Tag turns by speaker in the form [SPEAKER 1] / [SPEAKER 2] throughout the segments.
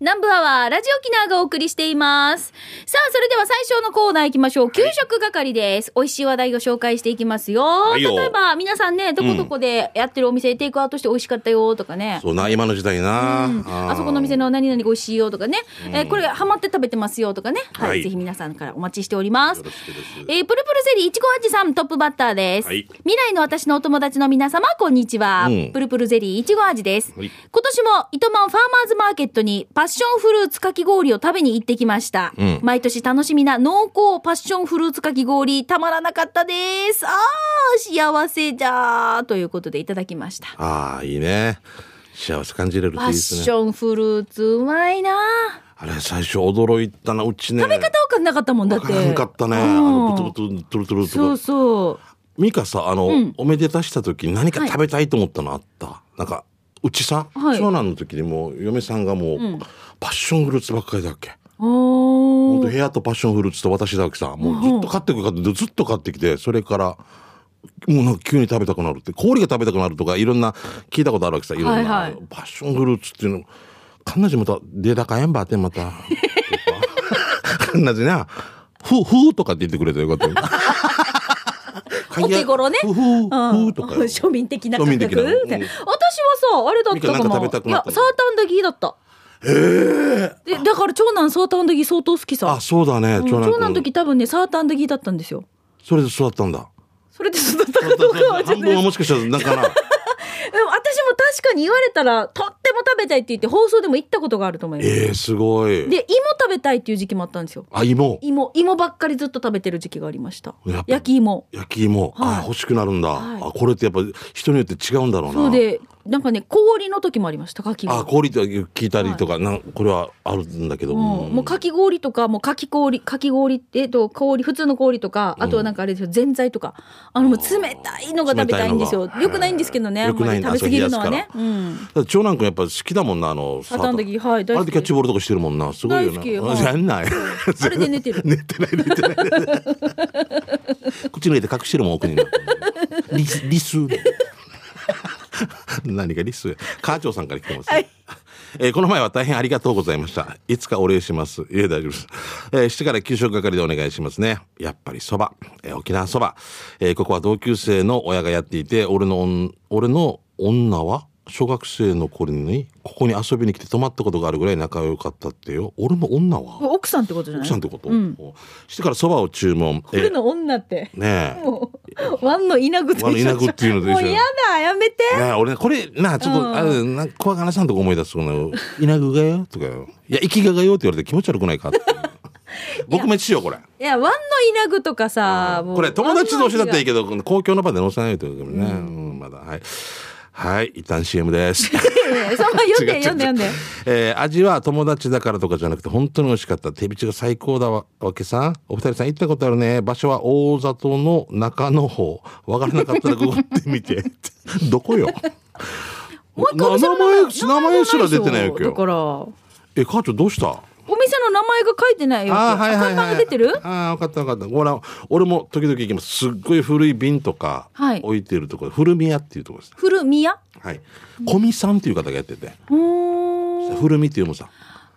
[SPEAKER 1] 南部アワーラジオキナーがお送りしています。さあ、それでは最初のコーナー行きましょう。給食係です。美味しい話題を紹介していきますよ。
[SPEAKER 2] いよ
[SPEAKER 1] 例えば、皆さんね、どこどこでやってるお店、テイクアウトして美味しかったよとかね。
[SPEAKER 2] そうな、今の時代な。
[SPEAKER 1] うんあそこの店の何々が美味しいよとかね、えーこれがハマって食べてますよとかね、はい
[SPEAKER 2] はい
[SPEAKER 1] ぜひ皆さんからお待ちしております
[SPEAKER 2] よろしくです。
[SPEAKER 1] えープルプルゼリーいちご味さんトップバッターです、
[SPEAKER 2] はい
[SPEAKER 1] 未来の私のお友達の皆様こんにちは、
[SPEAKER 2] うん
[SPEAKER 1] プルプルゼリーいちご味です、
[SPEAKER 2] はい
[SPEAKER 1] 今年も糸満ファーマーズマーケットにパッションフルーツかき氷を食べに行ってきました、
[SPEAKER 2] うん
[SPEAKER 1] 毎年楽しみな濃厚パッションフルーツかき氷たまらなかったですあー幸せじゃーということでいただきました
[SPEAKER 2] ああ、いいね。幸せ感じれるとい
[SPEAKER 1] パ
[SPEAKER 2] い
[SPEAKER 1] ッ
[SPEAKER 2] です
[SPEAKER 1] シ
[SPEAKER 2] ね。
[SPEAKER 1] ョンフルーツうまいな
[SPEAKER 2] あれ、最初驚いたな、うちね。食べ
[SPEAKER 1] 片岡なかったもんだって
[SPEAKER 2] なかったね。
[SPEAKER 1] うん
[SPEAKER 2] あの、ブツブツ、トゥルトゥル
[SPEAKER 1] そ
[SPEAKER 2] と
[SPEAKER 1] う
[SPEAKER 2] か。
[SPEAKER 1] そう
[SPEAKER 2] ミカさ、あの、
[SPEAKER 1] ん
[SPEAKER 2] おめでたした時何か食べたいと思ったのあった。なんか、うちさ、
[SPEAKER 1] はい
[SPEAKER 2] 長男の時にもう嫁さんがもう、パッションフルーツばっかりだっけ。
[SPEAKER 1] お
[SPEAKER 2] 本当
[SPEAKER 1] ー
[SPEAKER 2] 部屋とパッションフルーツと私だけさもうずっと買ってくる買ってずっと買ってきてそれからもうなんか急に食べたくなるって氷が食べたくなるとかいろんな聞いたことあるわけさいろんな、
[SPEAKER 1] はいはい
[SPEAKER 2] パッションフルーツっていうの彼女また出高えんばって また彼女な「ふうふう」とかって言ってくれたらよか った
[SPEAKER 1] お手頃ね
[SPEAKER 2] ふうふうふうとかよ
[SPEAKER 1] 庶民的な感
[SPEAKER 2] 庶民
[SPEAKER 1] 覚
[SPEAKER 2] 的なうん
[SPEAKER 1] 私はさあれだったか
[SPEAKER 2] みかん
[SPEAKER 1] も
[SPEAKER 2] なんか
[SPEAKER 1] い
[SPEAKER 2] 食べ
[SPEAKER 1] やサ
[SPEAKER 2] た
[SPEAKER 1] ー
[SPEAKER 2] くなった
[SPEAKER 1] ターアンダギーだったええだから長男サーターアンダギー相当好きさ
[SPEAKER 2] あそうだね、
[SPEAKER 1] うん長男の時多分ねサーターアンダギーだったんですよ
[SPEAKER 2] それで育ったんだ
[SPEAKER 1] それで育ったかどうかはちょっと
[SPEAKER 2] 半分はもしかしたらなんかな
[SPEAKER 1] でも私も確かに言われたらとっても食べたいって言って放送でも言ったことがあると思います
[SPEAKER 2] えー、すごい
[SPEAKER 1] で芋食べたいっていう時期もあったんですよ
[SPEAKER 2] あ芋
[SPEAKER 1] 芋芋ばっかりずっと食べてる時期がありました
[SPEAKER 2] やっぱ
[SPEAKER 1] 焼き芋
[SPEAKER 2] 焼き芋、
[SPEAKER 1] はい
[SPEAKER 2] あ欲しくなるんだ、
[SPEAKER 1] はい
[SPEAKER 2] あこれってやっぱ人によって違うんだろうな
[SPEAKER 1] そうでなんかね氷の時もありましたかき氷
[SPEAKER 2] あ氷って聞いたりとか、なんこれはあるんだけど、
[SPEAKER 1] もう
[SPEAKER 2] うん
[SPEAKER 1] もうかき氷とか、もうかき氷、かき氷って、えっと、氷、普通の氷とか、あとはなんかあれですよ、ぜんざいとか。あの、もう冷たいのが食べたいんですよ
[SPEAKER 2] 冷たいの。が
[SPEAKER 1] よくないんですけどね、あんまり
[SPEAKER 2] 良くない
[SPEAKER 1] 食
[SPEAKER 2] ん
[SPEAKER 1] べ
[SPEAKER 2] だ
[SPEAKER 1] 過ぎるのはね。
[SPEAKER 2] そう
[SPEAKER 1] うん。
[SPEAKER 2] だから長男君やっぱ好きだもんなあの
[SPEAKER 1] サーターアンダギーはい大好き
[SPEAKER 2] あれでキャッチボールとかしてるもんなすごいよ
[SPEAKER 1] 大
[SPEAKER 2] な
[SPEAKER 1] 好きはい
[SPEAKER 2] やんない
[SPEAKER 1] あれで寝てる。
[SPEAKER 2] 寝てない寝てない口の入れて隠してるもん奥にリスリス 何がリス課長さんから来てます、
[SPEAKER 1] はい
[SPEAKER 2] えーこの前は大変ありがとうございました。いつかお礼します。いえ、大丈夫です。えー、してから給食係でお願いしますね。やっぱりそば、えー沖縄そば、えーここは同級生の親がやっていて、俺の女、俺の女は小学生の頃に、ここに遊びに来て泊まったことがあるぐらい仲良かったってよ。俺の女は
[SPEAKER 1] 奥さんってことじゃな
[SPEAKER 2] 奥
[SPEAKER 1] い
[SPEAKER 2] さんってこと、
[SPEAKER 1] うん
[SPEAKER 2] してからそばを注文。えー
[SPEAKER 1] 俺の女って。
[SPEAKER 2] ねえ。
[SPEAKER 1] もう、ワンの稲具と一緒じゃん
[SPEAKER 2] ワンの稲具っていうのと一緒
[SPEAKER 1] もう嫌だ、やめて。
[SPEAKER 2] ねえ俺ねこれなちょっと、
[SPEAKER 1] うん
[SPEAKER 2] あれな怖がらさんとこ思い出すこの「稲具がよ」とかよ「いや生きががよ」って言われて気持ち悪くない かって僕めっちゃよこれ
[SPEAKER 1] いや、ワンの稲具とかさ、もう
[SPEAKER 2] これ友達同士だったらいい
[SPEAKER 1] け
[SPEAKER 2] けどこの公共の場で載せないというからね、うんまだはいはい一旦 CM です
[SPEAKER 1] ど。そんな読ん
[SPEAKER 2] 違
[SPEAKER 1] で、
[SPEAKER 2] う
[SPEAKER 1] 読んで、
[SPEAKER 2] 違
[SPEAKER 1] 読
[SPEAKER 2] うん
[SPEAKER 1] で。
[SPEAKER 2] えー味は友達だからとかじゃなくて本当に美味しかった手びちが最高だわわけさお二人さん行ったことあるね場所は大里の中の方わからなかったらググってみて どこよ
[SPEAKER 1] もう一回お店の
[SPEAKER 2] な名前名前すら出てないわけ
[SPEAKER 1] だか
[SPEAKER 2] よ
[SPEAKER 1] ら、
[SPEAKER 2] え課長どうした
[SPEAKER 1] お店の名前が書いてないよ。
[SPEAKER 2] あーはいはいは
[SPEAKER 1] 看
[SPEAKER 2] い
[SPEAKER 1] 板が出てる
[SPEAKER 2] ああ分かった分かったほら俺も時々行きますすっごい古い瓶とか
[SPEAKER 1] はい
[SPEAKER 2] 置いてるところ、古宮っていうところです
[SPEAKER 1] 古宮
[SPEAKER 2] はい古見さんっていう方がやってて
[SPEAKER 1] うーん
[SPEAKER 2] 古見っていうのさ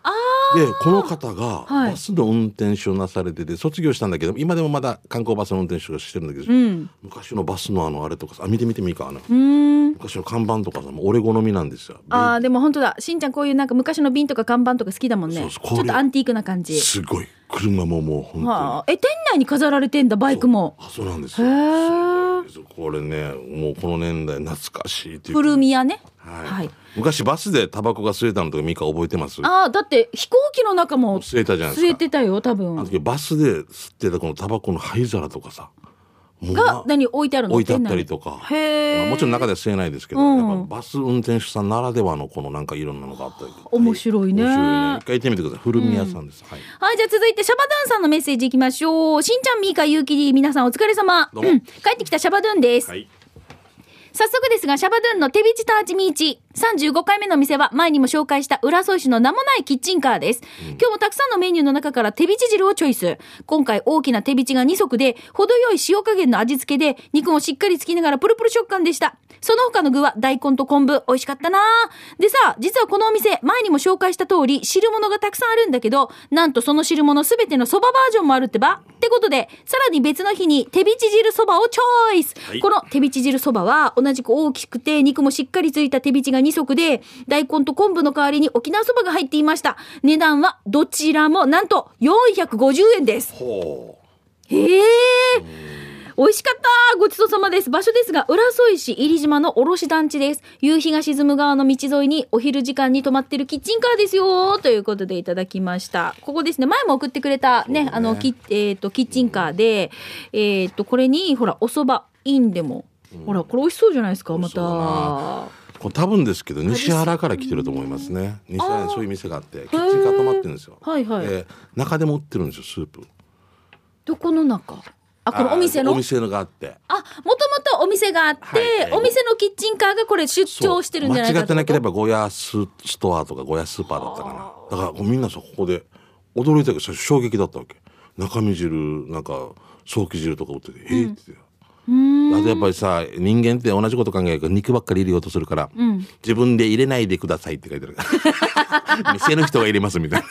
[SPEAKER 1] あ
[SPEAKER 2] でこの方が
[SPEAKER 1] はい
[SPEAKER 2] バスの運転手をなされてて卒業したんだけど今でもまだ観光バスの運転手をしてるんだけど、
[SPEAKER 1] うん
[SPEAKER 2] 昔のバスのあのあれとかさあ見て見てみいかあの
[SPEAKER 1] うーん
[SPEAKER 2] 昔の看板とかさもう俺好みなんですよ
[SPEAKER 1] あーでも本当だしんちゃんこういうなんか昔の瓶とか看板とか好きだもんね
[SPEAKER 2] そうそうこ
[SPEAKER 1] ち
[SPEAKER 2] うい
[SPEAKER 1] ょ
[SPEAKER 2] う
[SPEAKER 1] っとアンティークな感じ
[SPEAKER 2] すごい車ももう本当に、
[SPEAKER 1] はあえ店内に飾られてんだバイクも
[SPEAKER 2] あそうなんです
[SPEAKER 1] へ
[SPEAKER 2] よ
[SPEAKER 1] え
[SPEAKER 2] これねもうこの年代懐かしいっていうか
[SPEAKER 1] 古宮ね
[SPEAKER 2] はい
[SPEAKER 1] はい
[SPEAKER 2] 昔バスでタバコが吸えたのとかミカ覚えてます
[SPEAKER 1] あーだって飛行機の中も
[SPEAKER 2] 吸えたじゃないで
[SPEAKER 1] 据え
[SPEAKER 2] すか
[SPEAKER 1] てたよ多
[SPEAKER 2] あの
[SPEAKER 1] 分
[SPEAKER 2] 時バスで吸ってたこのタバコの灰皿とかさもう
[SPEAKER 1] が
[SPEAKER 2] な
[SPEAKER 1] 何置いてあるの
[SPEAKER 2] 置いてあったりと
[SPEAKER 1] 店
[SPEAKER 2] か
[SPEAKER 1] 内にへ
[SPEAKER 2] ま
[SPEAKER 1] え
[SPEAKER 2] あもちろん中では吸えないですけど、
[SPEAKER 1] うん
[SPEAKER 2] やっぱバス運転手さんならではのこのなんかいろんなのがあったりとか
[SPEAKER 1] 面白いね
[SPEAKER 2] 面白一回行ってみてください古宮さんです、はい
[SPEAKER 1] はい、じゃあ続いてシャバドゥンさんのメッセージいきましょう。しんちゃん、みーか、ゆうきり、皆さんお疲れ様。
[SPEAKER 2] どうも
[SPEAKER 1] ん帰ってきたシャバドゥンです。
[SPEAKER 2] はい
[SPEAKER 1] 早速ですが、シャバドゥンの手びちと味見市。35回目の店は前にも紹介した浦添市の名もないキッチンカーです。今日もたくさんのメニューの中から手びち汁をチョイス。今回大きな手びちが2足で、程よい塩加減の味付けで、肉もしっかりつきながらプルプル食感でした。その他の具は大根と昆布、美味しかったなでさ、実はこのお店、前にも紹介した通り、汁物がたくさんあるんだけど、なんとその汁物すべてのそばバージョンもあるってば。ってことで、さらに別の日に、手びち汁そばをチョイス、
[SPEAKER 2] い
[SPEAKER 1] この手びち汁そばは、同じく大きくて、肉もしっかりついた手びちが2足で、大根と昆布の代わりに沖縄そばが入っていました。値段は、どちらも、なんと、450円です。
[SPEAKER 2] ほ
[SPEAKER 1] へえ美味しかったごちそうさまです場所ですが、浦添市入島の卸団地です。夕日が沈む側の道沿いにお昼時間に泊まってるキッチンカーですよということでいただきました。ここですね、前も送ってくれたね、あの、キッ、えっ、と、キッチンカーで、えっ、と、これに、ほら、お蕎麦、インでも。ほら、これ美味しそうじゃないですか、
[SPEAKER 2] 美
[SPEAKER 1] ま
[SPEAKER 2] 味しそうだ
[SPEAKER 1] た
[SPEAKER 2] な。うこれ多分ですけど西原から来てると思いますね西原にそういう店があってキッチンカー泊まってるんですよ、
[SPEAKER 1] はいはい
[SPEAKER 2] で中でも売ってるんですよスープ
[SPEAKER 1] どこの中あ、このお店の
[SPEAKER 2] お店のがあって
[SPEAKER 1] あ、もともとお店があって、
[SPEAKER 2] はい
[SPEAKER 1] お店のキッチンカーがこれ出
[SPEAKER 2] そう
[SPEAKER 1] 張してるんじゃないか
[SPEAKER 2] 間違ってなけれ
[SPEAKER 1] ば。
[SPEAKER 2] ばゴヤスストアとかゴヤスーパーだったかなだからみんなさここで驚いたけどそれ衝撃だったわけ中身汁なんか早期汁とか売ってて「えっ?」って言って。あとやっぱりさ人間って同じこと考えるから肉ばっかり入れようとするから、自分で入れないでくださいって書いてある 店の人が入れますみたい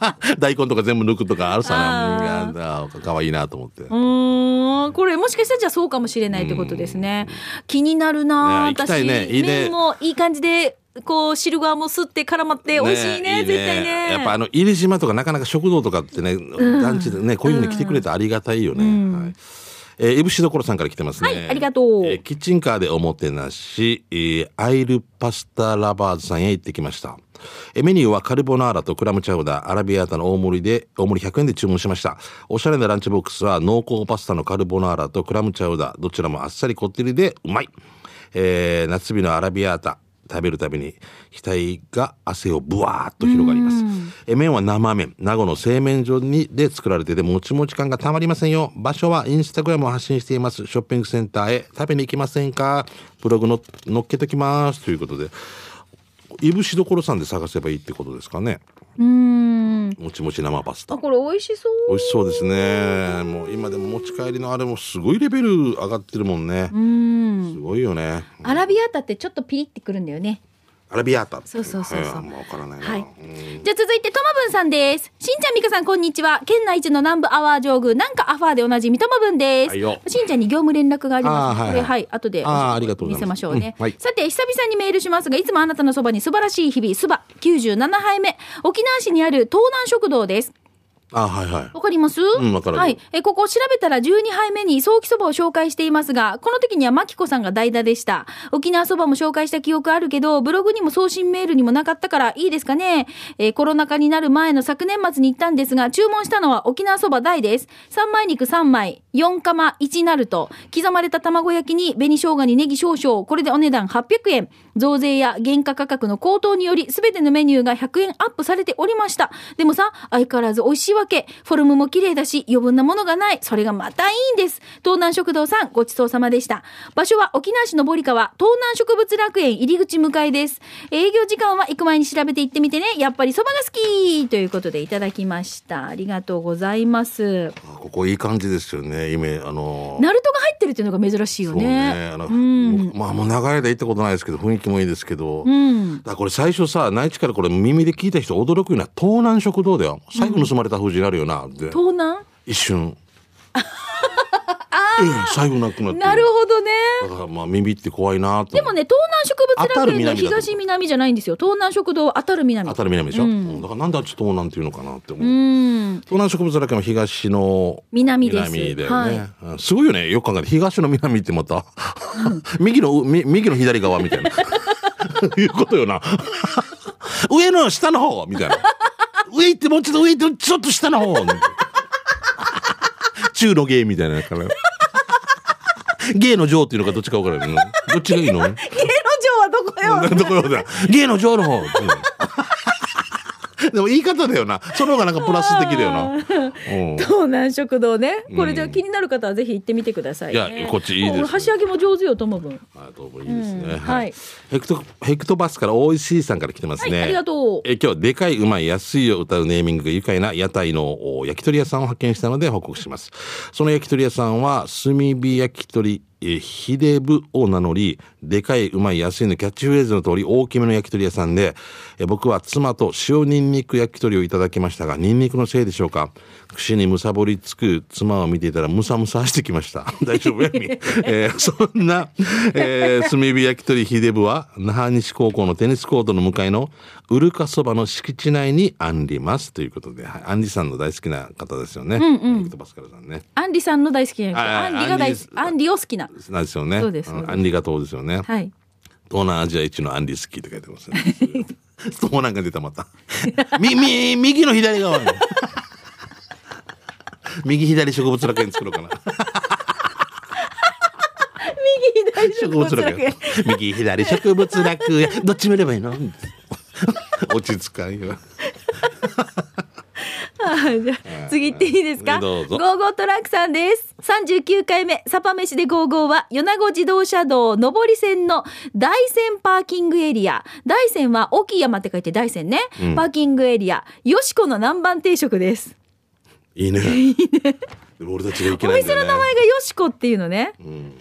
[SPEAKER 2] な 大根とか全部抜くとかあるさ
[SPEAKER 1] あ
[SPEAKER 2] なんかかわいいなと思って、
[SPEAKER 1] うーん、これもしかしたらじゃあそうかもしれないってことですね。気になるなあ、
[SPEAKER 2] ね行きたいねいいね
[SPEAKER 1] 麺もいい感じで、こう、汁側も吸って絡まって、美味しいね、
[SPEAKER 2] いい
[SPEAKER 1] 絶対ね。
[SPEAKER 2] やっぱあの入島とかなかなか食堂とかってね、団地でねこういうのに来てくれてありがたいよね、はいえー、いぶしどころさんから来てますね。
[SPEAKER 1] はいありがとう
[SPEAKER 2] えーキッチンカーでおもてなし、えーアイルパスタラバーズさんへ行ってきました。えーメニューはカルボナーラとクラムチャウダー、アラビアータの大盛りで、大盛り100円で注文しました。おしゃれなランチボックスは濃厚パスタのカルボナーラとクラムチャウダー、どちらもあっさりこってりでうまい。えー夏日のアラビアータ、食べるたびに額が汗をブワーっと広がります。え麺は生麺名護の製麺所にで作られててもちもち感がたまりませんよ場所はインスタグラムを発信していますショッピングセンターへ食べに行きませんかブログの載っけときますということでいぶしどころさんで探せばいいってことですかね
[SPEAKER 1] うーん。
[SPEAKER 2] もちもち生パスタ
[SPEAKER 1] あ、これ美味しそう。
[SPEAKER 2] 美味しそうですねもう今でも持ち帰りのあれもすごいレベル上がってるもんねすごいよね
[SPEAKER 1] アラビアータってちょっとピリってくるんだよね。
[SPEAKER 2] アラビアータって
[SPEAKER 1] そうそうそうそう
[SPEAKER 2] はいあんま分からないな、
[SPEAKER 1] はい
[SPEAKER 2] うん
[SPEAKER 1] じゃあ続いてトマブンさんです。しんちゃんみかさんこんにちは。県内一の南部アワー上宮なんかアファーでおなじみトマブンです。
[SPEAKER 2] はいよ
[SPEAKER 1] しんちゃんに業務連絡がありますので、こ
[SPEAKER 2] あーはいはい
[SPEAKER 1] れはい、後で
[SPEAKER 2] あーありがとうご
[SPEAKER 1] 見
[SPEAKER 2] ざい
[SPEAKER 1] せ
[SPEAKER 2] ま
[SPEAKER 1] ますしょうね。
[SPEAKER 2] うんはい
[SPEAKER 1] さて久々にメールしますが、いつもあなたのそばに素晴らしい日々、そば97杯目、沖縄市にある東南食堂です。
[SPEAKER 2] あはいはい
[SPEAKER 1] わかります
[SPEAKER 2] んわかる
[SPEAKER 1] はい。え、ここ調べたら12杯目に早期そばを紹介していますが、この時にはマキコさんが代打でした。沖縄そばも紹介した記憶あるけど、ブログにも送信メールにもなかったからいいですかね。えーコロナ禍になる前の昨年末に行ったんですが、注文したのは沖縄そば大です。3枚肉3枚、4カマ1ナルト、刻まれた卵焼きに紅生姜にネギ少々、これでお値段800円。増税や原価価格の高騰により、すべてのメニューが100円アップされておりました。でもさ、相変わらず美味しいわけ。フォルムも綺麗だし、余分なものがない。それがまたいいんです。東南食堂さん、ごちそうさまでした。場所は沖縄市の堀川、東南植物楽園入り口向かいです。営業時間は行く前に調べて行ってみてね。やっぱりそばが好きということでいただきました。ありがとうございます。
[SPEAKER 2] あここいい感じですよね今あのー
[SPEAKER 1] ナルトが入ってるっていうのが珍しいよ
[SPEAKER 2] そうね
[SPEAKER 1] ね。。
[SPEAKER 2] あの、
[SPEAKER 1] うん。
[SPEAKER 2] まあもう長い間行ったことないですけど、雰囲気もいいですけど。
[SPEAKER 1] うん。
[SPEAKER 2] だからこれ最初さ、内地からこれ耳で聞いた人驚くような東南食堂だよ。財布盗まれた風になるよな、って
[SPEAKER 1] 東南
[SPEAKER 2] 一瞬。 ええ、財布なくなって。
[SPEAKER 1] なるほどね。
[SPEAKER 2] だからまあ耳って怖いなと。
[SPEAKER 1] でもね、東南植物楽園の
[SPEAKER 2] 当たる南だと思う
[SPEAKER 1] 東南じゃないんですよ。東南食堂は当たる南。
[SPEAKER 2] 当
[SPEAKER 1] う
[SPEAKER 2] たり南でしょ、
[SPEAKER 1] う
[SPEAKER 2] うんんだからなんであっち東南っていうのかなって思
[SPEAKER 1] ー
[SPEAKER 2] う。
[SPEAKER 1] ん。
[SPEAKER 2] 東南植物だけも東の
[SPEAKER 1] 南です
[SPEAKER 2] 南だよね、うんすごいよねよく考えて東の南ってまた右のみ右の左側みた いないうことよな上の下の方みたいな上行ってもうちょっと上行ってちょっと下の方中の芸みたいなから芸の上っていうのかどっちか分からないのどっちがいいの
[SPEAKER 1] 芸能城はどこよ
[SPEAKER 2] どこよだ芸の上の方うんでも言い方だよなその方がなんかプラス的だよな、うん
[SPEAKER 1] 東南食堂ね。これじゃあ気になる方はぜひ行ってみてください、ね。
[SPEAKER 2] いやこっちいいですね
[SPEAKER 1] もう俺箸上げも上手よ、ともぶん。
[SPEAKER 2] あどうもいいですね、
[SPEAKER 1] うんはい
[SPEAKER 2] ヘクトヘクトバスから大石さんから来てますね、
[SPEAKER 1] はいありがとう
[SPEAKER 2] え今日でかいうまい安いを歌うネーミングが愉快な屋台のお焼き鳥屋さんを発見したので報告しますその焼き鳥屋さんは炭火焼き鳥えーヒデブを名乗り、でかい、うまい、安いのキャッチフレーズの通り、大きめの焼き鳥屋さんで、えー僕は妻と塩ニンニク焼き鳥をいただきましたが、ニンニクのせいでしょうか。串にむさぼりつく妻を見ていたら、むさむさしてきました。大丈夫やみ、えーそんな、えー炭火焼き鳥ヒデブは、那覇西高校のテニスコートの向かいの、ウルカそばの敷地内にあんります。ということで、はい、アンリさんの大好きな方ですよね。うんうん。パスカルさんね。
[SPEAKER 1] アンリさんの大好きな人。
[SPEAKER 2] あ
[SPEAKER 1] アンリが大
[SPEAKER 2] アンリで
[SPEAKER 1] 好
[SPEAKER 2] す
[SPEAKER 1] き。アンリを好きな。
[SPEAKER 2] なんですよね。
[SPEAKER 1] そうですそうです
[SPEAKER 2] んありがとうですよね。
[SPEAKER 1] はい。
[SPEAKER 2] 東南アジア一のアンリスキーって書いてますね。そうなんか出たまた。み、み、右の左側の。右左植物楽園作ろうかな。
[SPEAKER 1] 右左
[SPEAKER 2] 植物楽園。右左植物楽園。どっち見ればいいの 落ち着かんよ。
[SPEAKER 1] はいじゃあ次行っていいですか。
[SPEAKER 2] どうぞ
[SPEAKER 1] ゴーゴートラックさんです。三十九回目サパ飯でゴーゴーは米子自動車道上り線の大山パーキングエリア。大山は大きい山って書いて大山ね。パーキングエリア。よしこの南蛮定食です。
[SPEAKER 2] いいね。いいね。俺たちがいけ
[SPEAKER 1] お
[SPEAKER 2] ないん
[SPEAKER 1] 店
[SPEAKER 2] だ
[SPEAKER 1] の名
[SPEAKER 2] よ
[SPEAKER 1] 前がよしこっていうのね。
[SPEAKER 2] ね。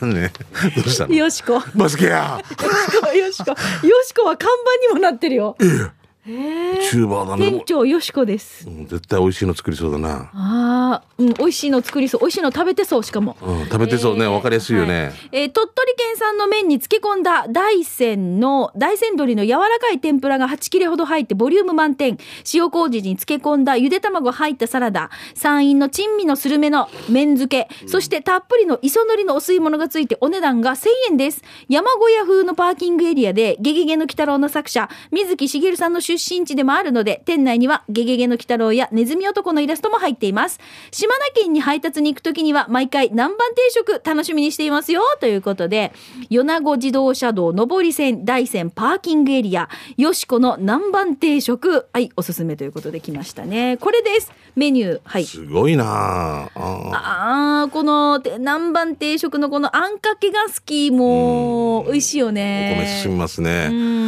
[SPEAKER 2] なんでどうしたの
[SPEAKER 1] よしこ。よ
[SPEAKER 2] バスケや
[SPEAKER 1] しこ、よしこ。よしこは看板にもなってるよ。
[SPEAKER 2] チューバーだね。
[SPEAKER 1] 店長よしこです。
[SPEAKER 2] うん絶対美味しいの作りそうだな。
[SPEAKER 1] ああ、うん、美味しいの作りそう。美味しいの食べてそう、しかも。
[SPEAKER 2] うん、食べてそうね。わ、かりやすいよね。
[SPEAKER 1] はいえー鳥取県産の麺に漬け込んだ大山の大山鶏の柔らかい天ぷらが8切れほど入ってボリューム満点塩麹に漬け込んだゆで卵入ったサラダ山陰の珍味のスルメの麺漬けそしてたっぷりの磯海苔のお吸い物がついてお値段が1000円です山小屋風のパーキングエリアで「ゲゲゲの鬼太郎」の作者水木しげるさんの出身地でもあるので店内には「ゲゲゲの鬼太郎」や「ネズミ男」のイラストも入っています島根県に配達に行く時には毎回南蛮定食楽しみにしていますよということで米子自動車道上り線大山パーキングエリアよしこの南蛮定食はいおすすめということで来ましたねこれですメニューはい
[SPEAKER 2] すごいなああ
[SPEAKER 1] あーこのて南蛮定食のこのあんかけが好きもう美味しいよ
[SPEAKER 2] お
[SPEAKER 1] ね
[SPEAKER 2] 米進みますね、
[SPEAKER 1] うん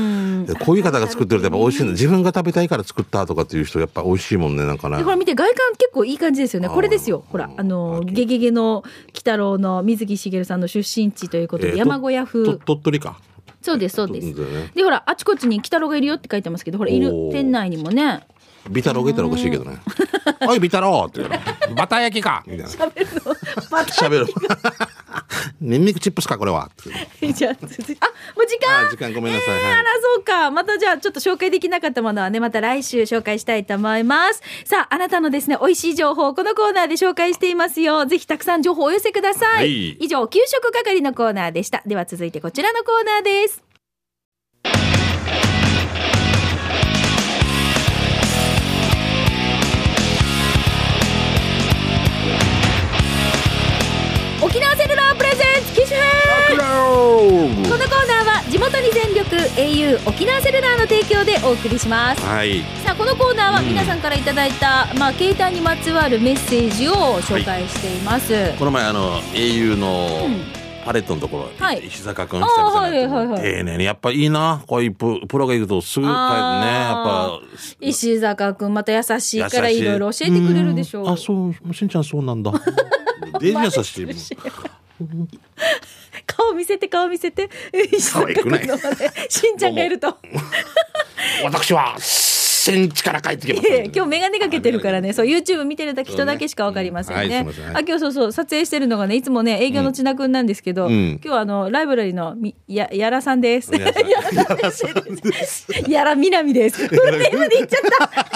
[SPEAKER 2] でこういう方が作ってるとやっぱ美味しいの自分が食べたいから作ったとかっていう人やっぱ美味しいもんねなんかね
[SPEAKER 1] でほら見て外観結構いい感じですよね
[SPEAKER 2] あー
[SPEAKER 1] これですよほらあの「ゲゲゲの鬼太郎」の水木しげるさんの出身地ということ
[SPEAKER 2] え
[SPEAKER 1] で
[SPEAKER 2] ーと
[SPEAKER 1] 山小屋風
[SPEAKER 2] と鳥取か
[SPEAKER 1] そうですそうで
[SPEAKER 2] 鳥
[SPEAKER 1] す
[SPEAKER 2] 取だよね
[SPEAKER 1] でほらあちこちに鬼太郎がいるよって書いてますけどほらい
[SPEAKER 2] お
[SPEAKER 1] る
[SPEAKER 2] ー
[SPEAKER 1] 店内にもね
[SPEAKER 2] ビタローがいたらおかしいけど ね「おいビタロー」って言うの「バター焼きか」みたいな 喋る ニンニクチップスかこれはって
[SPEAKER 1] じゃあ続いてあもう時間
[SPEAKER 2] あ時間ごめんなさい、
[SPEAKER 1] あらそうかまたじゃあちょっと紹介できなかったものはねまた来週紹介したいと思いますさああなたのですね美味しい情報をこのコーナーで紹介していますよぜひたくさん情報をお寄せください、
[SPEAKER 2] はい
[SPEAKER 1] 以上給食係のコーナーでしたでは続いてこちらのコーナーです沖縄セルラープレゼンツ機種編こ
[SPEAKER 2] は
[SPEAKER 1] のコーナーは地元に全力 au 沖縄セルラーの提供でお送りします
[SPEAKER 2] いはい
[SPEAKER 1] さあこのコーナーは皆さんからいただいた、まあ、携帯にまつわるメッセージを紹介しています、
[SPEAKER 2] この前あの au の
[SPEAKER 1] うん
[SPEAKER 2] パレットのところ、
[SPEAKER 1] はい
[SPEAKER 2] 石坂君久々にやって
[SPEAKER 1] あーはいはいはい
[SPEAKER 2] 丁寧にやっぱいいなこういうププロがいるとすぐ帰るねやっ
[SPEAKER 1] あ
[SPEAKER 2] ぱ
[SPEAKER 1] 石坂君また優しいから
[SPEAKER 2] 優し
[SPEAKER 1] いろいろ教えてくれるでしょう
[SPEAKER 2] うんあそうしんちゃんそう なんだデイジ優しいもん
[SPEAKER 1] 顔見せて顔見せて石坂君の、ね
[SPEAKER 2] 可愛、
[SPEAKER 1] しんちゃんがいると
[SPEAKER 2] 私は戦地から帰ってきま
[SPEAKER 1] いやいや
[SPEAKER 2] し
[SPEAKER 1] 今
[SPEAKER 2] た
[SPEAKER 1] 日眼鏡かけてるからねそう YouTube 見てるだけ人だけしかわかりません
[SPEAKER 2] そうね
[SPEAKER 1] ね
[SPEAKER 2] はいすいません
[SPEAKER 1] あ今日そうそう撮影してるのがねいつもね営業の千奈くんなんですけど、
[SPEAKER 2] うん
[SPEAKER 1] 今日はあのライブラリーのみややらさんです
[SPEAKER 2] やらさん
[SPEAKER 1] やらみなみ ですフルネームで言っちゃった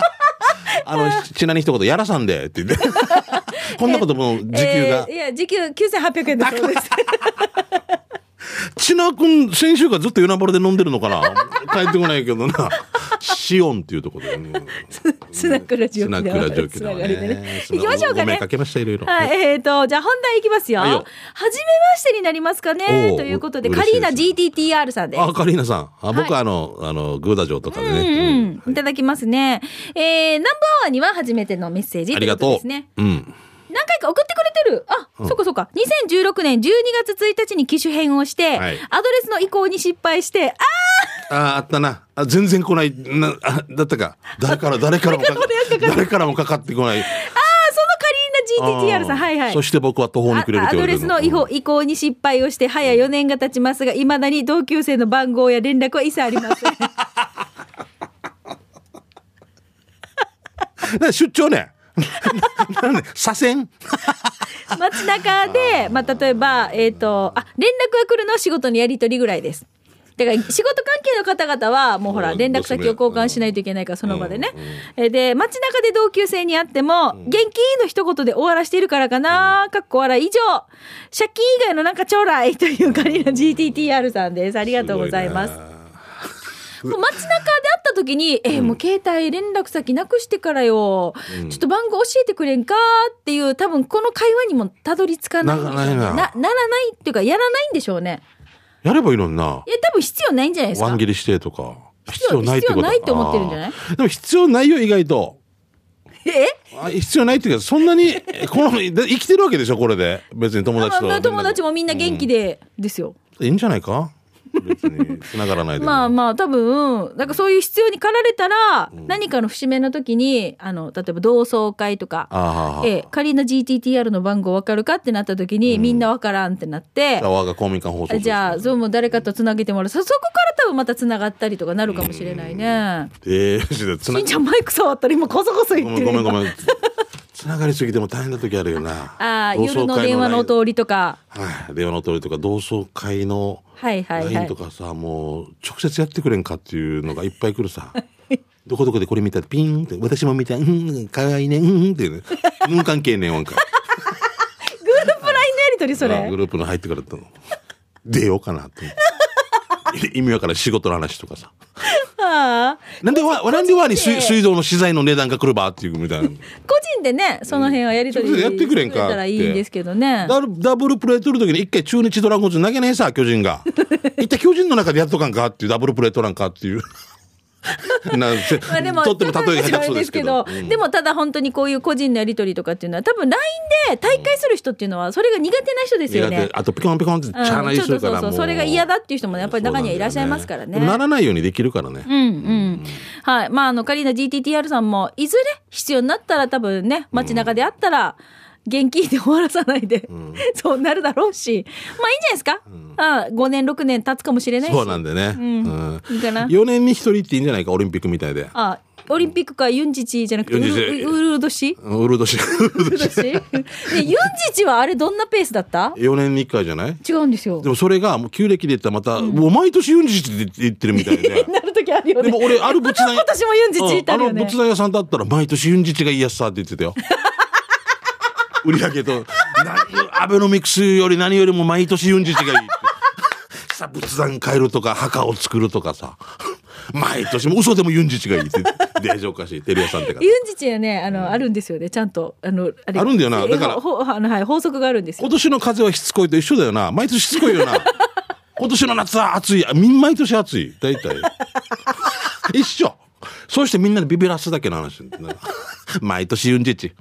[SPEAKER 2] あのちなに一言「やらさんで」っ て言ってこんなこともう時給が
[SPEAKER 1] えーいや時給9800円だそうです
[SPEAKER 2] ちなくん先週からずっと夜なぼれで飲んでるのかな帰ってこないけどなシオンっていうところで、 うん
[SPEAKER 1] スナックラジオ
[SPEAKER 2] スナックラジオ沖
[SPEAKER 1] つな
[SPEAKER 2] 縄
[SPEAKER 1] が
[SPEAKER 2] ね
[SPEAKER 1] りでね行きましょうか
[SPEAKER 2] ごめ
[SPEAKER 1] ね
[SPEAKER 2] んかけましたいろいろ
[SPEAKER 1] はい、えーと、じゃあ本題いきますよ。
[SPEAKER 2] は
[SPEAKER 1] はいじ
[SPEAKER 2] よ
[SPEAKER 1] めましてになりますか
[SPEAKER 2] お
[SPEAKER 1] ね
[SPEAKER 2] う
[SPEAKER 1] ということで、
[SPEAKER 2] 嬉
[SPEAKER 1] カ
[SPEAKER 2] し
[SPEAKER 1] リ
[SPEAKER 2] い
[SPEAKER 1] ーナ
[SPEAKER 2] です
[SPEAKER 1] GTTR さんです。
[SPEAKER 2] あカリーナさんあ僕
[SPEAKER 1] は
[SPEAKER 2] あのあのグーダ城とかで
[SPEAKER 1] うん
[SPEAKER 2] ねうん
[SPEAKER 1] うん、いただきますね。えー、ナンバーワンには初めてのメッセージ
[SPEAKER 2] ありが
[SPEAKER 1] といことです
[SPEAKER 2] う
[SPEAKER 1] ね。
[SPEAKER 2] うん
[SPEAKER 1] 何回か送ってくれてるあ、そっかそっか。2016年12月1日に機種変をして、
[SPEAKER 2] はい
[SPEAKER 1] アドレスの移行に失敗して、あ
[SPEAKER 2] ああったなあ全然来ないな あだったか誰から誰からもか
[SPEAKER 1] 誰からも電話かかる
[SPEAKER 2] 誰からもかかってこない
[SPEAKER 1] あ、そのカ TTR さん、
[SPEAKER 2] あー
[SPEAKER 1] はいはい。
[SPEAKER 2] そして僕は途方に
[SPEAKER 1] あ
[SPEAKER 2] 暮れる
[SPEAKER 1] ア
[SPEAKER 2] と
[SPEAKER 1] ド
[SPEAKER 2] 言われ
[SPEAKER 1] レ
[SPEAKER 2] る
[SPEAKER 1] スの違法移行に失敗をして早4年が経ちますがいまだに同級生の番号や連絡は一切ありません
[SPEAKER 2] ね出張ね なんで左遷
[SPEAKER 1] 街中でまあ、例えば、えー、とあ連絡が来るのは仕事のやり取りぐらいですだから仕事関係の方々はもうほら
[SPEAKER 2] うん
[SPEAKER 1] 連絡先を交換しないといけないからその場でね、えで街中で同級生に会っても「元気!」の一言で終わらしているからかなかっこ笑い以上借金以外のなんか将来というカリナ GTTR さんですありがとうございます
[SPEAKER 2] ごね
[SPEAKER 1] こう街中で会った時に「えーもう携帯連絡先なくしてからよ、ちょっと番号教えてくれんか」っていう多分この会話にもたどり着かない
[SPEAKER 2] ならないな
[SPEAKER 1] ならないっていうかやらないんでしょうね
[SPEAKER 2] やればいいのにない
[SPEAKER 1] や多分必要ないんじゃないです
[SPEAKER 2] ワ
[SPEAKER 1] か
[SPEAKER 2] ン切り指定とか
[SPEAKER 1] 必要必要ないって思ってるんじゃない
[SPEAKER 2] あーでも必要ないよ意外と
[SPEAKER 1] え
[SPEAKER 2] あ必要ないっていうかそんなに えこので生きてるわけでしょこれで別に友達と
[SPEAKER 1] まあ友達もみんな元気で、ですよ
[SPEAKER 2] いいんじゃないか別に繋がらないで も
[SPEAKER 1] まあまあ多分なんかそういう必要に駆られたら、何かの節目の時にあの例えば同窓会とか
[SPEAKER 2] ああ、
[SPEAKER 1] ええ、仮の GTTR の番号分かるかってなった時に、みんな分からんってなって
[SPEAKER 2] じゃあ我が公民館放送
[SPEAKER 1] あじゃあそうもう誰かとつなげてもらうそそこから多分またつながったりとかなるかもしれないね
[SPEAKER 2] ええー、つ
[SPEAKER 1] し
[SPEAKER 2] なん
[SPEAKER 1] ちゃんマイク触ったら今こそこそ
[SPEAKER 2] ご
[SPEAKER 1] 言っ
[SPEAKER 2] め
[SPEAKER 1] て
[SPEAKER 2] ん
[SPEAKER 1] る
[SPEAKER 2] ごめんご
[SPEAKER 1] ん
[SPEAKER 2] めんつながりすぎても大変な時あるよな
[SPEAKER 1] ああ
[SPEAKER 2] 同窓
[SPEAKER 1] 夜
[SPEAKER 2] 会
[SPEAKER 1] の電話のお通りとか
[SPEAKER 2] はい電話の通りとか同窓会の
[SPEAKER 1] はいはいはい
[SPEAKER 2] LINE とかさ、もう直接やってくれんかっていうのがいっぱい来 るさどこどこでこれ見たピンって私も見たうんかわいいねうんっ てねうん関係ねえわんか
[SPEAKER 1] グループ LINE のやり取りそ
[SPEAKER 2] あ
[SPEAKER 1] れ
[SPEAKER 2] グループの入ってからだったの出ようかなって思って意味わからん仕事の話とかさ
[SPEAKER 1] ああ
[SPEAKER 2] なんでわなんでわに水水道の資材の値段が来るばっていうみたいな
[SPEAKER 1] 個人でねその辺はやり取
[SPEAKER 2] うん
[SPEAKER 1] り
[SPEAKER 2] やってくれんか
[SPEAKER 1] たらいいんですけどね
[SPEAKER 2] ダルダブルプレー取るときに一回中日ドラゴンズ投げねえさ、巨 人が。一体巨人の中でやっとかんかっていう、ダブルプレー取らんかっていう。なせ
[SPEAKER 1] まあでも、
[SPEAKER 2] 取っても例えが下手くそですけど。
[SPEAKER 1] で
[SPEAKER 2] うん
[SPEAKER 1] もただ本当にこういう個人のやり取りとかっていうのは、多分 LINE で大会する人っていうのは、それが苦手な人ですよ
[SPEAKER 2] 苦
[SPEAKER 1] ね
[SPEAKER 2] 手。あとピコンピコンってチャーナ
[SPEAKER 1] うん
[SPEAKER 2] イ
[SPEAKER 1] ちょっ
[SPEAKER 2] す
[SPEAKER 1] と
[SPEAKER 2] るか
[SPEAKER 1] そう
[SPEAKER 2] ら
[SPEAKER 1] そ
[SPEAKER 2] も
[SPEAKER 1] う
[SPEAKER 2] う
[SPEAKER 1] それが嫌だっていう人もやっぱり中にはいらっしゃいますからね。
[SPEAKER 2] そうなんだよでもならないようにできるからね。
[SPEAKER 1] うんうん。はい。まあ、あの、カリーナ GTTR さんも、いずれ必要になったら多分ね、街中であったら、現金で終わらさないで、 そうなるだろうし、まあいいんじゃないですか、ああ5年、6年経つかもしれないし。
[SPEAKER 2] そうなんでね。うん
[SPEAKER 1] いいかな。
[SPEAKER 2] 4年に1人っていいんじゃないか、オリンピックみたいで。
[SPEAKER 1] ああオリンピックかユンジチじゃなくて、ウ
[SPEAKER 2] ユンジチ
[SPEAKER 1] ルウルドシ
[SPEAKER 2] うんウル ドシ。
[SPEAKER 1] 私ねユンジチはあれどんなペースだった
[SPEAKER 2] 4年に1回じゃない
[SPEAKER 1] 違うんですよ。
[SPEAKER 2] で。もそれが、もう旧暦で言ったらまた、もう毎年4日って言ってるみたいで
[SPEAKER 1] なる時あるよね。
[SPEAKER 2] でも俺、ある仏壇屋。
[SPEAKER 1] 私もユンジチいたのよ
[SPEAKER 2] うんあの
[SPEAKER 1] ね
[SPEAKER 2] 仏。壇屋さんだったら毎年ユンジチがいいやつさって言ってたよ 売り上げとなアベノミクスより何よりも毎年ユンジチがいいって さ仏壇変えるとか墓を作るとかさ 毎年も嘘でもユンジチがいいって大丈夫かしいテレ屋さんってか
[SPEAKER 1] ユンジチはね、あの、あるんですよね。ちゃんと、あの、あれ
[SPEAKER 2] あるんだよなだから
[SPEAKER 1] ほあのはい、法則があるんですよ。
[SPEAKER 2] 今年の風はしつこいと一緒だよな毎年しつこ いよな今年の夏は暑いあみん毎年暑い大体 一緒そうしてみんなでビビらすだけの話なんか毎年ユンジチ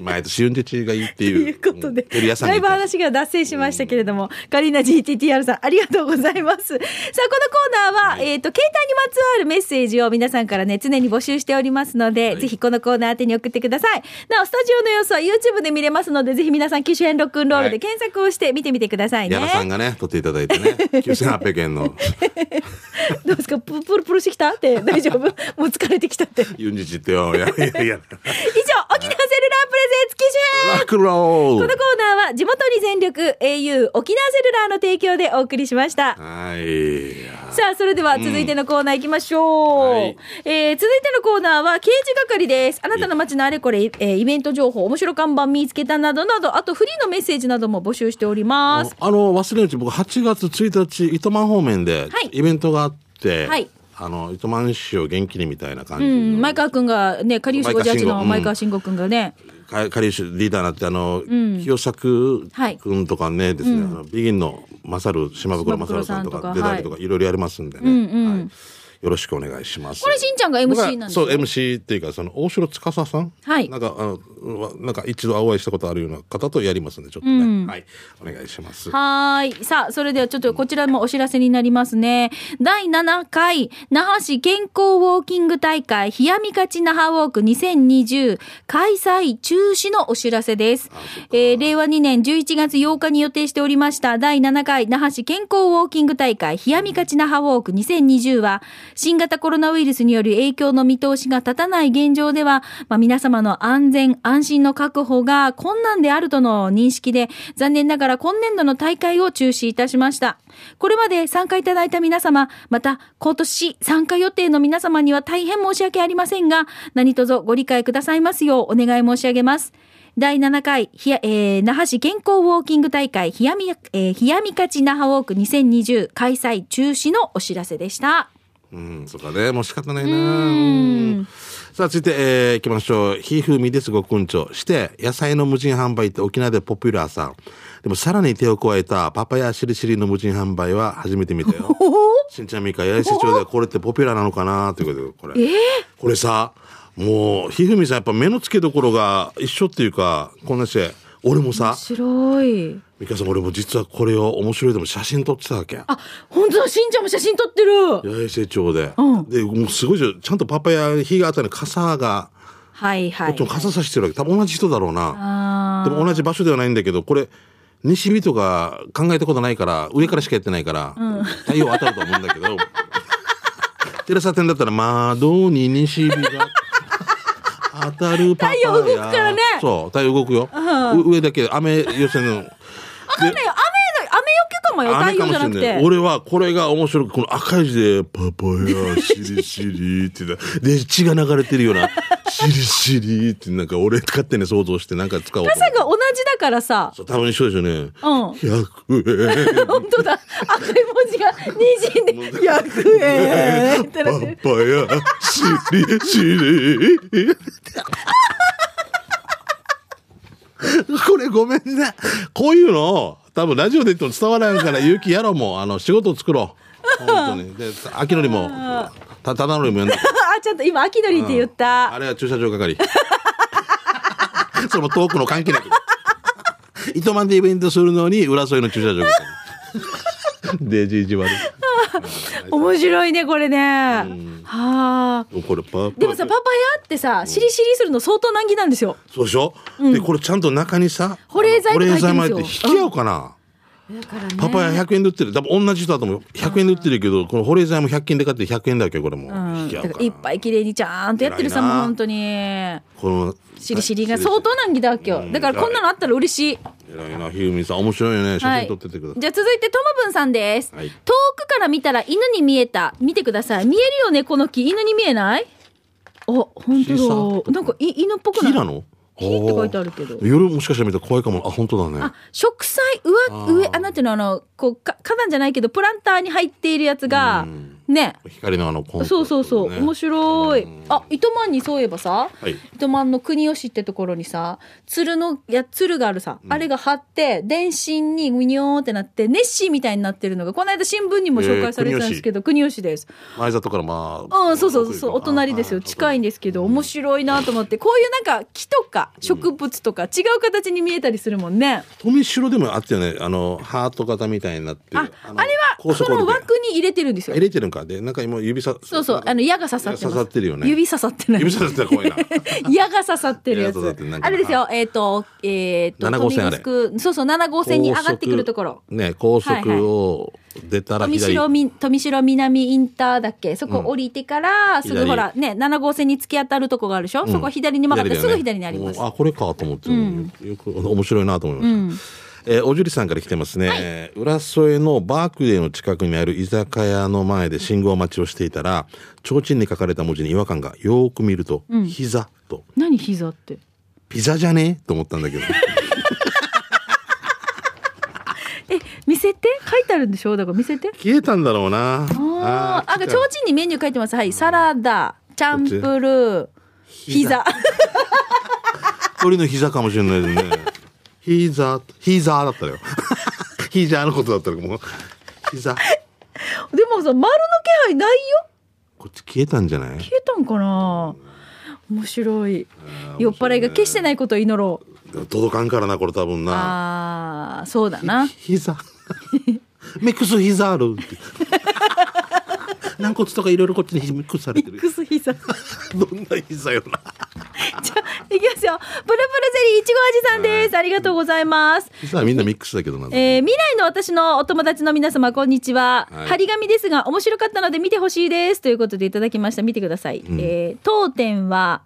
[SPEAKER 2] 毎年ユンジチがいいって
[SPEAKER 1] と
[SPEAKER 2] い
[SPEAKER 1] いううことで、
[SPEAKER 2] うんテレ屋さん
[SPEAKER 1] だ
[SPEAKER 2] に
[SPEAKER 1] いぶ話が脱線しましたけれども、カリーナ GTTR さん、ありがとうございます。さあ、このコーナーは、えっ、と、携帯にまつわるメッセージを皆さんからね、常に募集しておりますので、ぜひこのコーナー宛てに送ってください。なお、スタジオの様子は YouTube で見れますので、ぜひ皆さん、機種編ロックンロール
[SPEAKER 2] は
[SPEAKER 1] で
[SPEAKER 2] い
[SPEAKER 1] 検索をして見てみてくださいね。
[SPEAKER 2] 矢野さんがね取っていただいてね9800円の
[SPEAKER 1] どうですかプルプルプルしてきたって 大丈夫もう疲れてきたって。以上、
[SPEAKER 2] ユンジチってよいやいやい や
[SPEAKER 1] 沖縄セルラープレゼンツ機種編
[SPEAKER 2] ラクロ
[SPEAKER 1] この
[SPEAKER 2] ー
[SPEAKER 1] コーナーは地元に全力 au 沖縄セルラーの提供でお送りしました。
[SPEAKER 2] はい
[SPEAKER 1] さあ、それでは続いてのコーナー行きましょう。
[SPEAKER 2] はい
[SPEAKER 1] えー続いてのコーナーは刑事係です。あなたの街のあれこれ、えーイベント情報、面白看板見つけたなどなど、あとフリーのメッセージなども募集しております。
[SPEAKER 2] あの忘れるうち僕8月1日糸満方面で
[SPEAKER 1] はい
[SPEAKER 2] イベントがあって、
[SPEAKER 1] はい
[SPEAKER 2] あの糸満市を元気にみたいな感じ
[SPEAKER 1] う
[SPEAKER 2] の、
[SPEAKER 1] ん、前川くんがね、かりゆし58の前
[SPEAKER 2] 前
[SPEAKER 1] 川
[SPEAKER 2] 川
[SPEAKER 1] 慎吾くんがね、
[SPEAKER 2] かかりしリーダーになってあの、清作
[SPEAKER 1] はい
[SPEAKER 2] 君とかねですね、あのビギンの勝る島袋勝さんと
[SPEAKER 1] 島
[SPEAKER 2] か
[SPEAKER 1] 袋さんとか
[SPEAKER 2] デザインとかいろいろやりますんでね、はいよろしくお願いします
[SPEAKER 1] これしんちゃんが MC なんですね
[SPEAKER 2] 僕はそう MC っていうかその大城司さん、
[SPEAKER 1] はい
[SPEAKER 2] なんかあのうんなんか一度お会いしたことあるような方とやりますんでちょっとね、はいお願いします
[SPEAKER 1] はーい。さあ、それではちょっとこちらもお知らせになりますね。第7回、那覇市健康ウォーキング大会、冷やみ勝ち那覇ウォーク2020開催中止のお知らせです。えー令和2年11月8日に予定しておりました第7回那覇市健康ウォーキング大会、冷やみ勝ち那覇ウォーク2020は、新型コロナウイルスによる影響の見通しが立たない現状では、まあ、皆様の安全安心の確保が困難であるとの認識で、残念ながら今年度の大会を中止いたしました。これまで参加いただいた皆様、また今年参加予定の皆様には大変申し訳ありませんが、何卒ご理解くださいますようお願い申し上げます。第7回、ひや、えー、那覇市健康ウォーキング大会、ひやみ、えー、ひやみ勝ち那覇ウォーク2020開催中止のお知らせでした。
[SPEAKER 2] うん、そうかね。もう仕方ないな。うんさあ、続いて、えー、行きましょう。ひふみです、ごくんちょ。して、野菜の無人販売って沖縄でポピュラーさん。でも、さらに手を加えたパパやしりしりの無人販売は初めて見た よ。しんちゃんみか、八重瀬町ではこれってポピュラーなのかなということで、これ。これさ、もう、ひふみさん、やっぱ目の付けどころが一緒っていうか、こんなして、俺もさ、
[SPEAKER 1] 白い。
[SPEAKER 2] みかさん、俺も実はこれを面白いでも写真撮ってたわけ。
[SPEAKER 1] あ、本当だ、しんちゃんも写真撮ってる。
[SPEAKER 2] 八重瀬町で、
[SPEAKER 1] うん
[SPEAKER 2] でもうすごいじゃんちゃんとパパや日があったり傘が
[SPEAKER 1] はいはい。
[SPEAKER 2] ちょっと傘さしてるわけ多分同じ人だろうな
[SPEAKER 1] あ
[SPEAKER 2] でも同じ場所ではないんだけどこれ西日とか考えたことないから上からしかやってないから、太陽当たると思うんだけど テレサ店だったら窓に西日が当たるパパや
[SPEAKER 1] 太陽動くからね
[SPEAKER 2] そう太陽動くよ、う上だけ雨予選
[SPEAKER 1] あ雨の、雨
[SPEAKER 2] の
[SPEAKER 1] よけかもよ、太陽じゃなくて。
[SPEAKER 2] 俺はこれが面白くこの赤い字で「パパやしりしり」って言ってで血が流れてる ような「しりしり」ってなんか俺勝手に想像してなんか使おうと思
[SPEAKER 1] 傘が
[SPEAKER 2] う
[SPEAKER 1] 同じだからさ。
[SPEAKER 2] そう多分一緒ですよね
[SPEAKER 1] うん。
[SPEAKER 2] 100円
[SPEAKER 1] 本当だ。赤い文字が滲んで、100円 ってなってる。
[SPEAKER 2] パパやしりしりこれごめんねこういうの多分ラジオで言っても伝わらんから勇気やろうもうあの仕事を作ろう本当にで秋のりもたただのりも呼んで
[SPEAKER 1] あ、ちょっと今、秋のりって言った。
[SPEAKER 2] あれは駐車場係 その遠くの関係なく糸満でイベントするのに浦添の駐車場係デジイジ悪い
[SPEAKER 1] 面白いね、これね。はあ。
[SPEAKER 2] これパー
[SPEAKER 1] でもさ、パパヤってさ、しりしりするの相当難儀なんですよ。
[SPEAKER 2] そうでしょ、でこれちゃんと中にさ
[SPEAKER 1] 保冷剤って書いてるん
[SPEAKER 2] 保
[SPEAKER 1] ですよ
[SPEAKER 2] 冷剤も入って引き合うかな、
[SPEAKER 1] だからね。
[SPEAKER 2] パパや100円で売ってる多分同じ人だと思うよ100円で売ってるけどこの保冷剤も100均で買って100円だっけこれも、
[SPEAKER 1] うん、
[SPEAKER 2] 引き合
[SPEAKER 1] だ
[SPEAKER 2] う
[SPEAKER 1] か
[SPEAKER 2] からない
[SPEAKER 1] っぱい綺麗にちゃんとやってるさ、
[SPEAKER 2] 偉いな
[SPEAKER 1] もう本当に。
[SPEAKER 2] この
[SPEAKER 1] しりしりが相当難儀だっけよ。だからこんなのあったら嬉しい。
[SPEAKER 2] 偉いなひゆみさん面白いよね写
[SPEAKER 1] は
[SPEAKER 2] 真
[SPEAKER 1] い
[SPEAKER 2] 撮っててください、
[SPEAKER 1] じゃあ続いてともぶんさんです、
[SPEAKER 2] はい
[SPEAKER 1] 遠くから見たら犬に見えた見てください見えるよねこの木犬に見えないあ本当
[SPEAKER 2] 小
[SPEAKER 1] だなんかい犬っぽくない
[SPEAKER 2] 木なの
[SPEAKER 1] 木って書いてあるけど
[SPEAKER 2] 夜もしかしたら見たら怖いかもあ本当だね
[SPEAKER 1] あ植栽上上あなんていうのあのこうか花壇じゃないけどプランターに入っているやつがね
[SPEAKER 2] 光のあのコントラスト
[SPEAKER 1] そうそうそう、
[SPEAKER 2] ね
[SPEAKER 1] 面白いあ糸満にそういえばさ、
[SPEAKER 2] はい
[SPEAKER 1] 糸満の国吉ってところにさ鶴のいや鶴があるさ、あれが張って電信にうにょーってなってネッシーみたいになってるのがこの間新聞にも紹介されてたんですけど、国吉です
[SPEAKER 2] 前里からまあ
[SPEAKER 1] うんそうそうそうお隣ですよ近いん
[SPEAKER 2] で
[SPEAKER 1] ですけど面白いなと思ってこういうなんか木とか植物とか違う形に見えたりするもんね、
[SPEAKER 2] 富城でもあったよねあのハート型みたいになってる
[SPEAKER 1] ああれはこ
[SPEAKER 2] 高速
[SPEAKER 1] の
[SPEAKER 2] で
[SPEAKER 1] 枠に入れてるんですよ
[SPEAKER 2] 入れてるんかでなんか今指さ
[SPEAKER 1] そうそうあの矢が刺さってま
[SPEAKER 2] 刺
[SPEAKER 1] す
[SPEAKER 2] さってるよね
[SPEAKER 1] 指刺さってない
[SPEAKER 2] 指刺さってたら怖いな
[SPEAKER 1] 矢が刺さってるやつ
[SPEAKER 2] 矢が刺さってるなん。か
[SPEAKER 1] あれですよ、えっ、と、えっ、と、
[SPEAKER 2] 7号線あ
[SPEAKER 1] 豊見
[SPEAKER 2] れ
[SPEAKER 1] 城区そうそう、7号線に上がってくるところ。
[SPEAKER 2] ね高
[SPEAKER 1] はいはい
[SPEAKER 2] 速を出たら
[SPEAKER 1] 富
[SPEAKER 2] 左
[SPEAKER 1] 城み、富城南インターだっけそこ
[SPEAKER 2] うん
[SPEAKER 1] 降りてから、すぐ
[SPEAKER 2] 左
[SPEAKER 1] ほら、ね、7号線に突き当たるとこがあるでしょ、そこ左に曲がって、すぐ左にあります。
[SPEAKER 2] あこれかと思って、よく面白いなと思いました。えーおじりさんから来てますね、浦添のバークデーの近くにある居酒屋の前で信号待ちをしていたら提灯に書かれた文字に違和感がよーく見ると「膝」と
[SPEAKER 1] 何膝って。
[SPEAKER 2] 「ピザじゃねえ?」と思った んだけど
[SPEAKER 1] え、見せて書いてあるんでしょだから見せて。
[SPEAKER 2] 消えたんだろうな
[SPEAKER 1] ああ、
[SPEAKER 2] ー
[SPEAKER 1] なんか、提灯にメニュー書いてます。はい、サラダ、チャンプルー、 膝。
[SPEAKER 2] 鳥の膝かもしれないですね膝膝だったよ 膝のことだったらもう膝
[SPEAKER 1] でもさ、丸の気配ないよ
[SPEAKER 2] こっち消えたんじゃない
[SPEAKER 1] 消えたんかな面白い
[SPEAKER 2] 白いね
[SPEAKER 1] 酔っ払いが決してないことを祈ろう
[SPEAKER 2] でも届かんからなこれ多分な
[SPEAKER 1] ああそうだな
[SPEAKER 2] 膝ミックス膝あるって 軟骨とかいろいろこっちにミックスされてる
[SPEAKER 1] クス膝 じゃ
[SPEAKER 2] どんな膝よな
[SPEAKER 1] あいきますよプルプルゼリーいちご味さんですありがとうございます
[SPEAKER 2] 膝はみんなミックスだけどな、
[SPEAKER 1] えー未来の私のお友達の皆様こんにちは、
[SPEAKER 2] はい
[SPEAKER 1] 張り紙ですが面白かったので見てほしいですということでいただきました見てください、えー当店は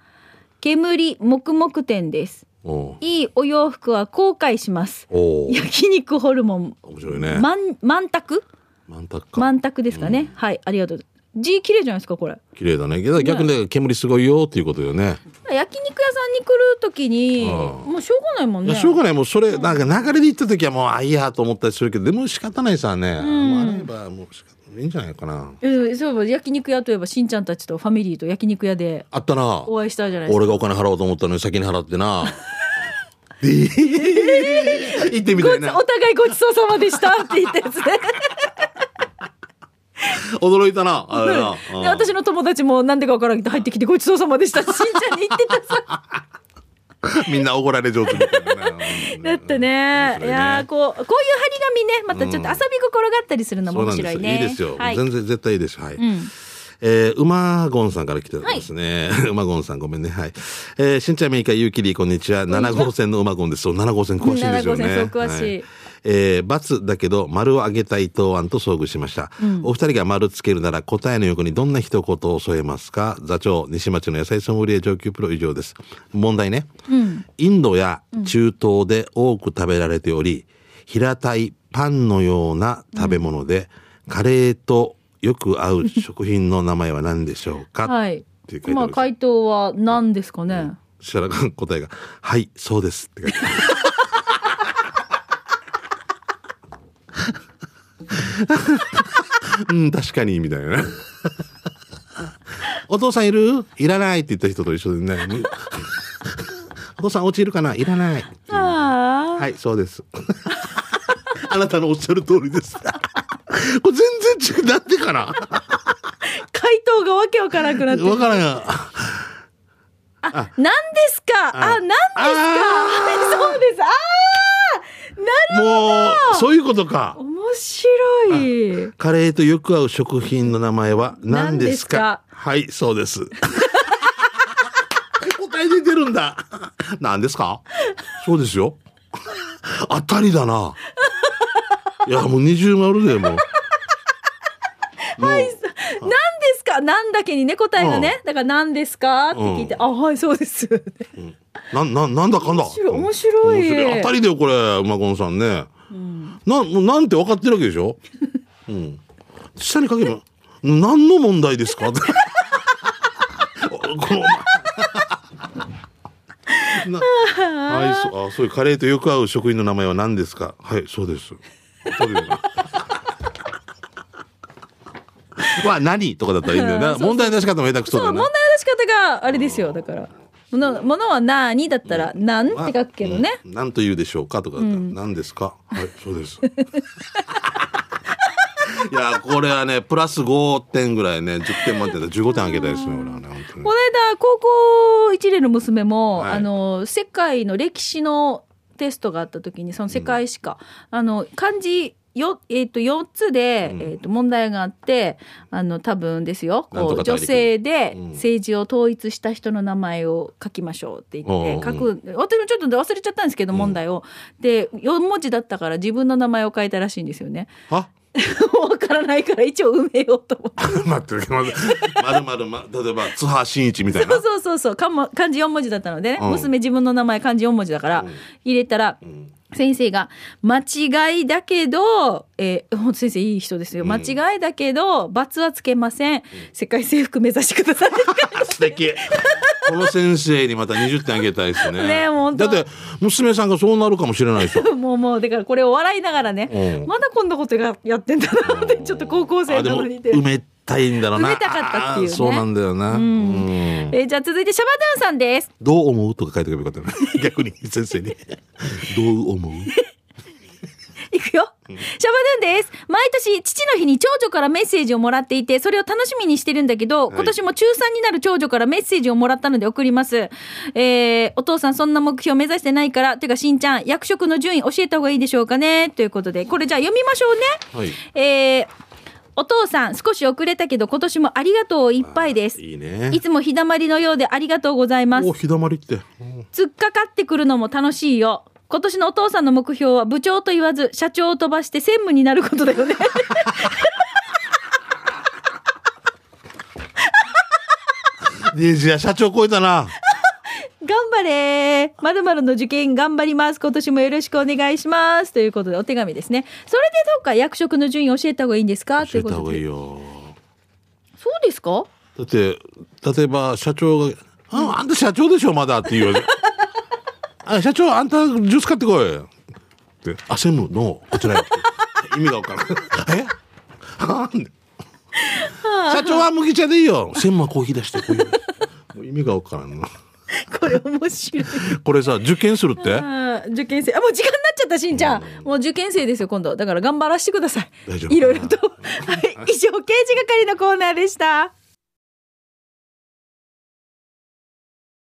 [SPEAKER 1] 煙黙々店です
[SPEAKER 2] おう
[SPEAKER 1] いいお洋服は後悔します
[SPEAKER 2] おう
[SPEAKER 1] 焼肉ホルモン
[SPEAKER 2] 面白いね
[SPEAKER 1] 満満卓
[SPEAKER 2] 満タンか
[SPEAKER 1] 満卓ですかね、はいありがとう字綺麗じゃないですかこれ
[SPEAKER 2] 綺麗だね逆にだから煙すごいよっていうことよね
[SPEAKER 1] 焼肉屋さんに来るときに
[SPEAKER 2] う
[SPEAKER 1] もうしょうがないもん
[SPEAKER 2] いや
[SPEAKER 1] ね
[SPEAKER 2] しょうがないもうそれなんか流れで行った時はもうあいいやと思ったりするけどでも仕方ないさね、もうあればもう仕方いいんじゃないかな
[SPEAKER 1] えーそういえば焼肉屋といえばしんちゃんたちとファミリーと焼肉屋で
[SPEAKER 2] あったな
[SPEAKER 1] お会いしたじゃないですか
[SPEAKER 2] 俺がお金払おうと思ったのに先に払って なで 行ってみたい
[SPEAKER 1] ごち
[SPEAKER 2] な
[SPEAKER 1] お互いごちそうさまでしたって言ったやつね
[SPEAKER 2] 驚いたなあれな
[SPEAKER 1] で
[SPEAKER 2] うん
[SPEAKER 1] 私の友達もなんでかわからんけど入ってきてごちそうさまでした ってしんちゃんに言ってたさ
[SPEAKER 2] みんな怒られ上手みたいな ね
[SPEAKER 1] だってね
[SPEAKER 2] 面白い
[SPEAKER 1] いやーこうこういう張り紙ねまたちょっと遊び心があったりするのも
[SPEAKER 2] そう
[SPEAKER 1] 面
[SPEAKER 2] なんで
[SPEAKER 1] 白い
[SPEAKER 2] すよ、
[SPEAKER 1] ね
[SPEAKER 2] いいですよ、
[SPEAKER 1] はい
[SPEAKER 2] 全然絶対いいですはい、
[SPEAKER 1] ん
[SPEAKER 2] えー、うまごんさんから来てますね。 うまごんさんごめんね。はい。えー、しんちゃんみーかゆうきりこんにちは。7号線のうまごんです。そう、7号線詳しいんですよね。
[SPEAKER 1] 7号線そう詳しい
[SPEAKER 2] はえー、×だけど、丸をあげたい答案と遭遇しました。お二人が丸つけるなら答えの横にどんな一言を添えますか座長、西町の野菜ソムリエ上級プロ以上です。問題ね。インドや中東で多く食べられており、平たいパンのような食べ物で、カレーとよく合う食品の名前は何でしょうか、
[SPEAKER 1] はい
[SPEAKER 2] っていう回答です
[SPEAKER 1] まあ回答は何ですかね、
[SPEAKER 2] したら答えが「はいそうです」って書いて あるうん確かにみたいなねお父さんいるいらないって言った人と一緒でね お父さんお家いるかないらない
[SPEAKER 1] あ
[SPEAKER 2] はいそうです あなたのおっしゃる通りです これ全然違うなんでかな
[SPEAKER 1] あ回答がわけわからなくなって
[SPEAKER 2] わからんよ
[SPEAKER 1] あ何ですかあ何ですかはいそうですあーなる
[SPEAKER 2] もうそういうことか
[SPEAKER 1] 面白い
[SPEAKER 2] カレーとよく合う食品の名前は何ですか
[SPEAKER 1] 何ですか
[SPEAKER 2] はい、そうです。 答え出てるんだ。何ですかそうですよ。当たりだな。いや、もう二重丸でも う。もう
[SPEAKER 1] 何ですかなんだけにね答えがね、だから何ですかって聞いて、
[SPEAKER 2] う
[SPEAKER 1] あはいそうです
[SPEAKER 2] な、な、なんだかんだ。
[SPEAKER 1] 面白い面白い
[SPEAKER 2] 面当たりだよ、これ、馬込さんね。なん、もうなんて分かってるわけで しょうん。下に書けば、何の問 題ですかこの。なはい、そう、あ、そういうカレーとよく合う食品の名前は何ですか。はい、そうです。当たりだなは何とかだったらいいんだよ
[SPEAKER 1] あー
[SPEAKER 2] な。
[SPEAKER 1] そうそう
[SPEAKER 2] 問題の仕方も下手くそ
[SPEAKER 1] そう
[SPEAKER 2] だ
[SPEAKER 1] 問題
[SPEAKER 2] な
[SPEAKER 1] の。仕方があれですよだからものものは何だったら何って書くけどね、
[SPEAKER 2] うんなんと言うでしょうかとかだったら、何ですか。はい、そうです。 いや、これはね、プラス5点ぐらいね、10点満点で15点あげたいですね、俺はね、本当に
[SPEAKER 1] こ。の間高校一年の娘も、
[SPEAKER 2] はい
[SPEAKER 1] あの世界の歴史のテストがあった時にその世界史か、あの漢字よえー、と4つで、えー、と問題があってあの多分ですよ
[SPEAKER 2] なんと
[SPEAKER 1] こう
[SPEAKER 2] か大陸
[SPEAKER 1] 女性で
[SPEAKER 2] うん
[SPEAKER 1] 政治を統一した人の名前を書きましょうって言って、
[SPEAKER 2] おうおう
[SPEAKER 1] 書く私もちょっと忘れちゃったんですけど問題を、で4文字だったから自分の名前を変えたらしいんですよね。
[SPEAKER 2] は。
[SPEAKER 1] わからないから一応埋めようと思って。
[SPEAKER 2] 待って、まず、まるまる、ま、例えば、津波真一みたいな
[SPEAKER 1] そう。そうそうそう漢も漢字4文字だったのでね、
[SPEAKER 2] うん
[SPEAKER 1] 娘自分の名前漢字4文字だから、
[SPEAKER 2] うん
[SPEAKER 1] 入れたら、先生が「間違いだけど、えー、ほんと先生いい人ですよ、
[SPEAKER 2] うん
[SPEAKER 1] 間違いだけど罰はつけません、世界征服目指してください」
[SPEAKER 2] 素敵。この先生にまた20点あげたいですね。
[SPEAKER 1] ね本当
[SPEAKER 2] だって、娘さんがそうなるかもしれないでしょ。
[SPEAKER 1] もうもうだからこれを笑いながらね、
[SPEAKER 2] うん
[SPEAKER 1] まだこんなことがやってんだなってちょっと高校生
[SPEAKER 2] あで
[SPEAKER 1] な
[SPEAKER 2] も
[SPEAKER 1] のにって。
[SPEAKER 2] 埋めたいんだろうな。
[SPEAKER 1] 埋めたかったっていうね
[SPEAKER 2] あーそうなんだよな。うん
[SPEAKER 1] えーじゃあ続いてシャバドゥンさんです。
[SPEAKER 2] どう 思うとか書いておけばよかったね。逆に先生に。どう思う
[SPEAKER 1] いくよ。シャバドゥンです。毎年、父の日に長女からメッセージをもらっていて、それを楽しみにしてるんだけど、
[SPEAKER 2] い
[SPEAKER 1] 今年も中3になる長女からメッセージをもらったので送ります。えー、お父さんそんな目標目指してないから、てかしんちゃん、役職の順位教えた方がいいでしょうかねということで、これじゃあ読みましょうね。
[SPEAKER 2] はい
[SPEAKER 1] えー、お父さん、少し遅れたけど、今年もありがとういっぱいです。
[SPEAKER 2] いいね
[SPEAKER 1] いつも日だまりのようでありがとうございます
[SPEAKER 2] お。日だまりって
[SPEAKER 1] 突っかかってくるのも楽しいよ。今年のお父さんの目標は部長と言わず社長を飛ばして専務になることだよね。
[SPEAKER 2] デイジー社長超えたな
[SPEAKER 1] 頑張れまるまるの受験頑張ります。今年もよろしくお願いします。ということでお手紙ですね。それでどうか役職の順位教えた方がいいんですかとい
[SPEAKER 2] 教え
[SPEAKER 1] うこ
[SPEAKER 2] た方
[SPEAKER 1] と
[SPEAKER 2] が
[SPEAKER 1] で
[SPEAKER 2] いいよ
[SPEAKER 1] そうですか
[SPEAKER 2] だって例えば社長が「ああんた社長でしょまだ」って 言うわけあ社長あんたジュース買ってこい」って「あ専務のこちらへ」 意味が分から ん えあん社長は麦茶でいいよ専務はコーヒー出してこい よもう意味が分からんな
[SPEAKER 1] これ面白い。
[SPEAKER 2] これさ受験するって
[SPEAKER 1] あー受験生。あ、もう時間になっちゃった、しんちゃん。もう受験生ですよ、今度。だから頑張らせてください。
[SPEAKER 2] 大丈夫
[SPEAKER 1] いろいろと。はい。以上、刑事係のコーナーでした。